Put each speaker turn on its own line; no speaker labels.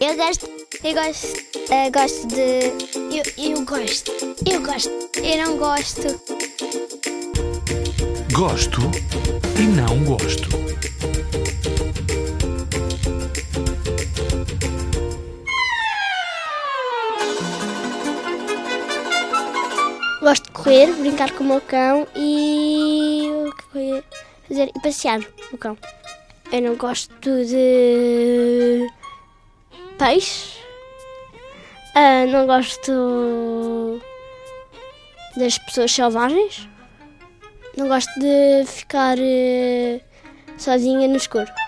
Eu gosto. Eu gosto. eh, gosto de. Eu, eu gosto. Eu gosto. Eu não gosto.
Gosto e não gosto.
Gosto de correr, brincar com o meu cão e. o que é que eu ia fazer? E passear o cão. Eu não gosto de. peixe. Ah, não gosto. das pessoas selvagens. Não gosto de ficar eh, sozinha no escuro.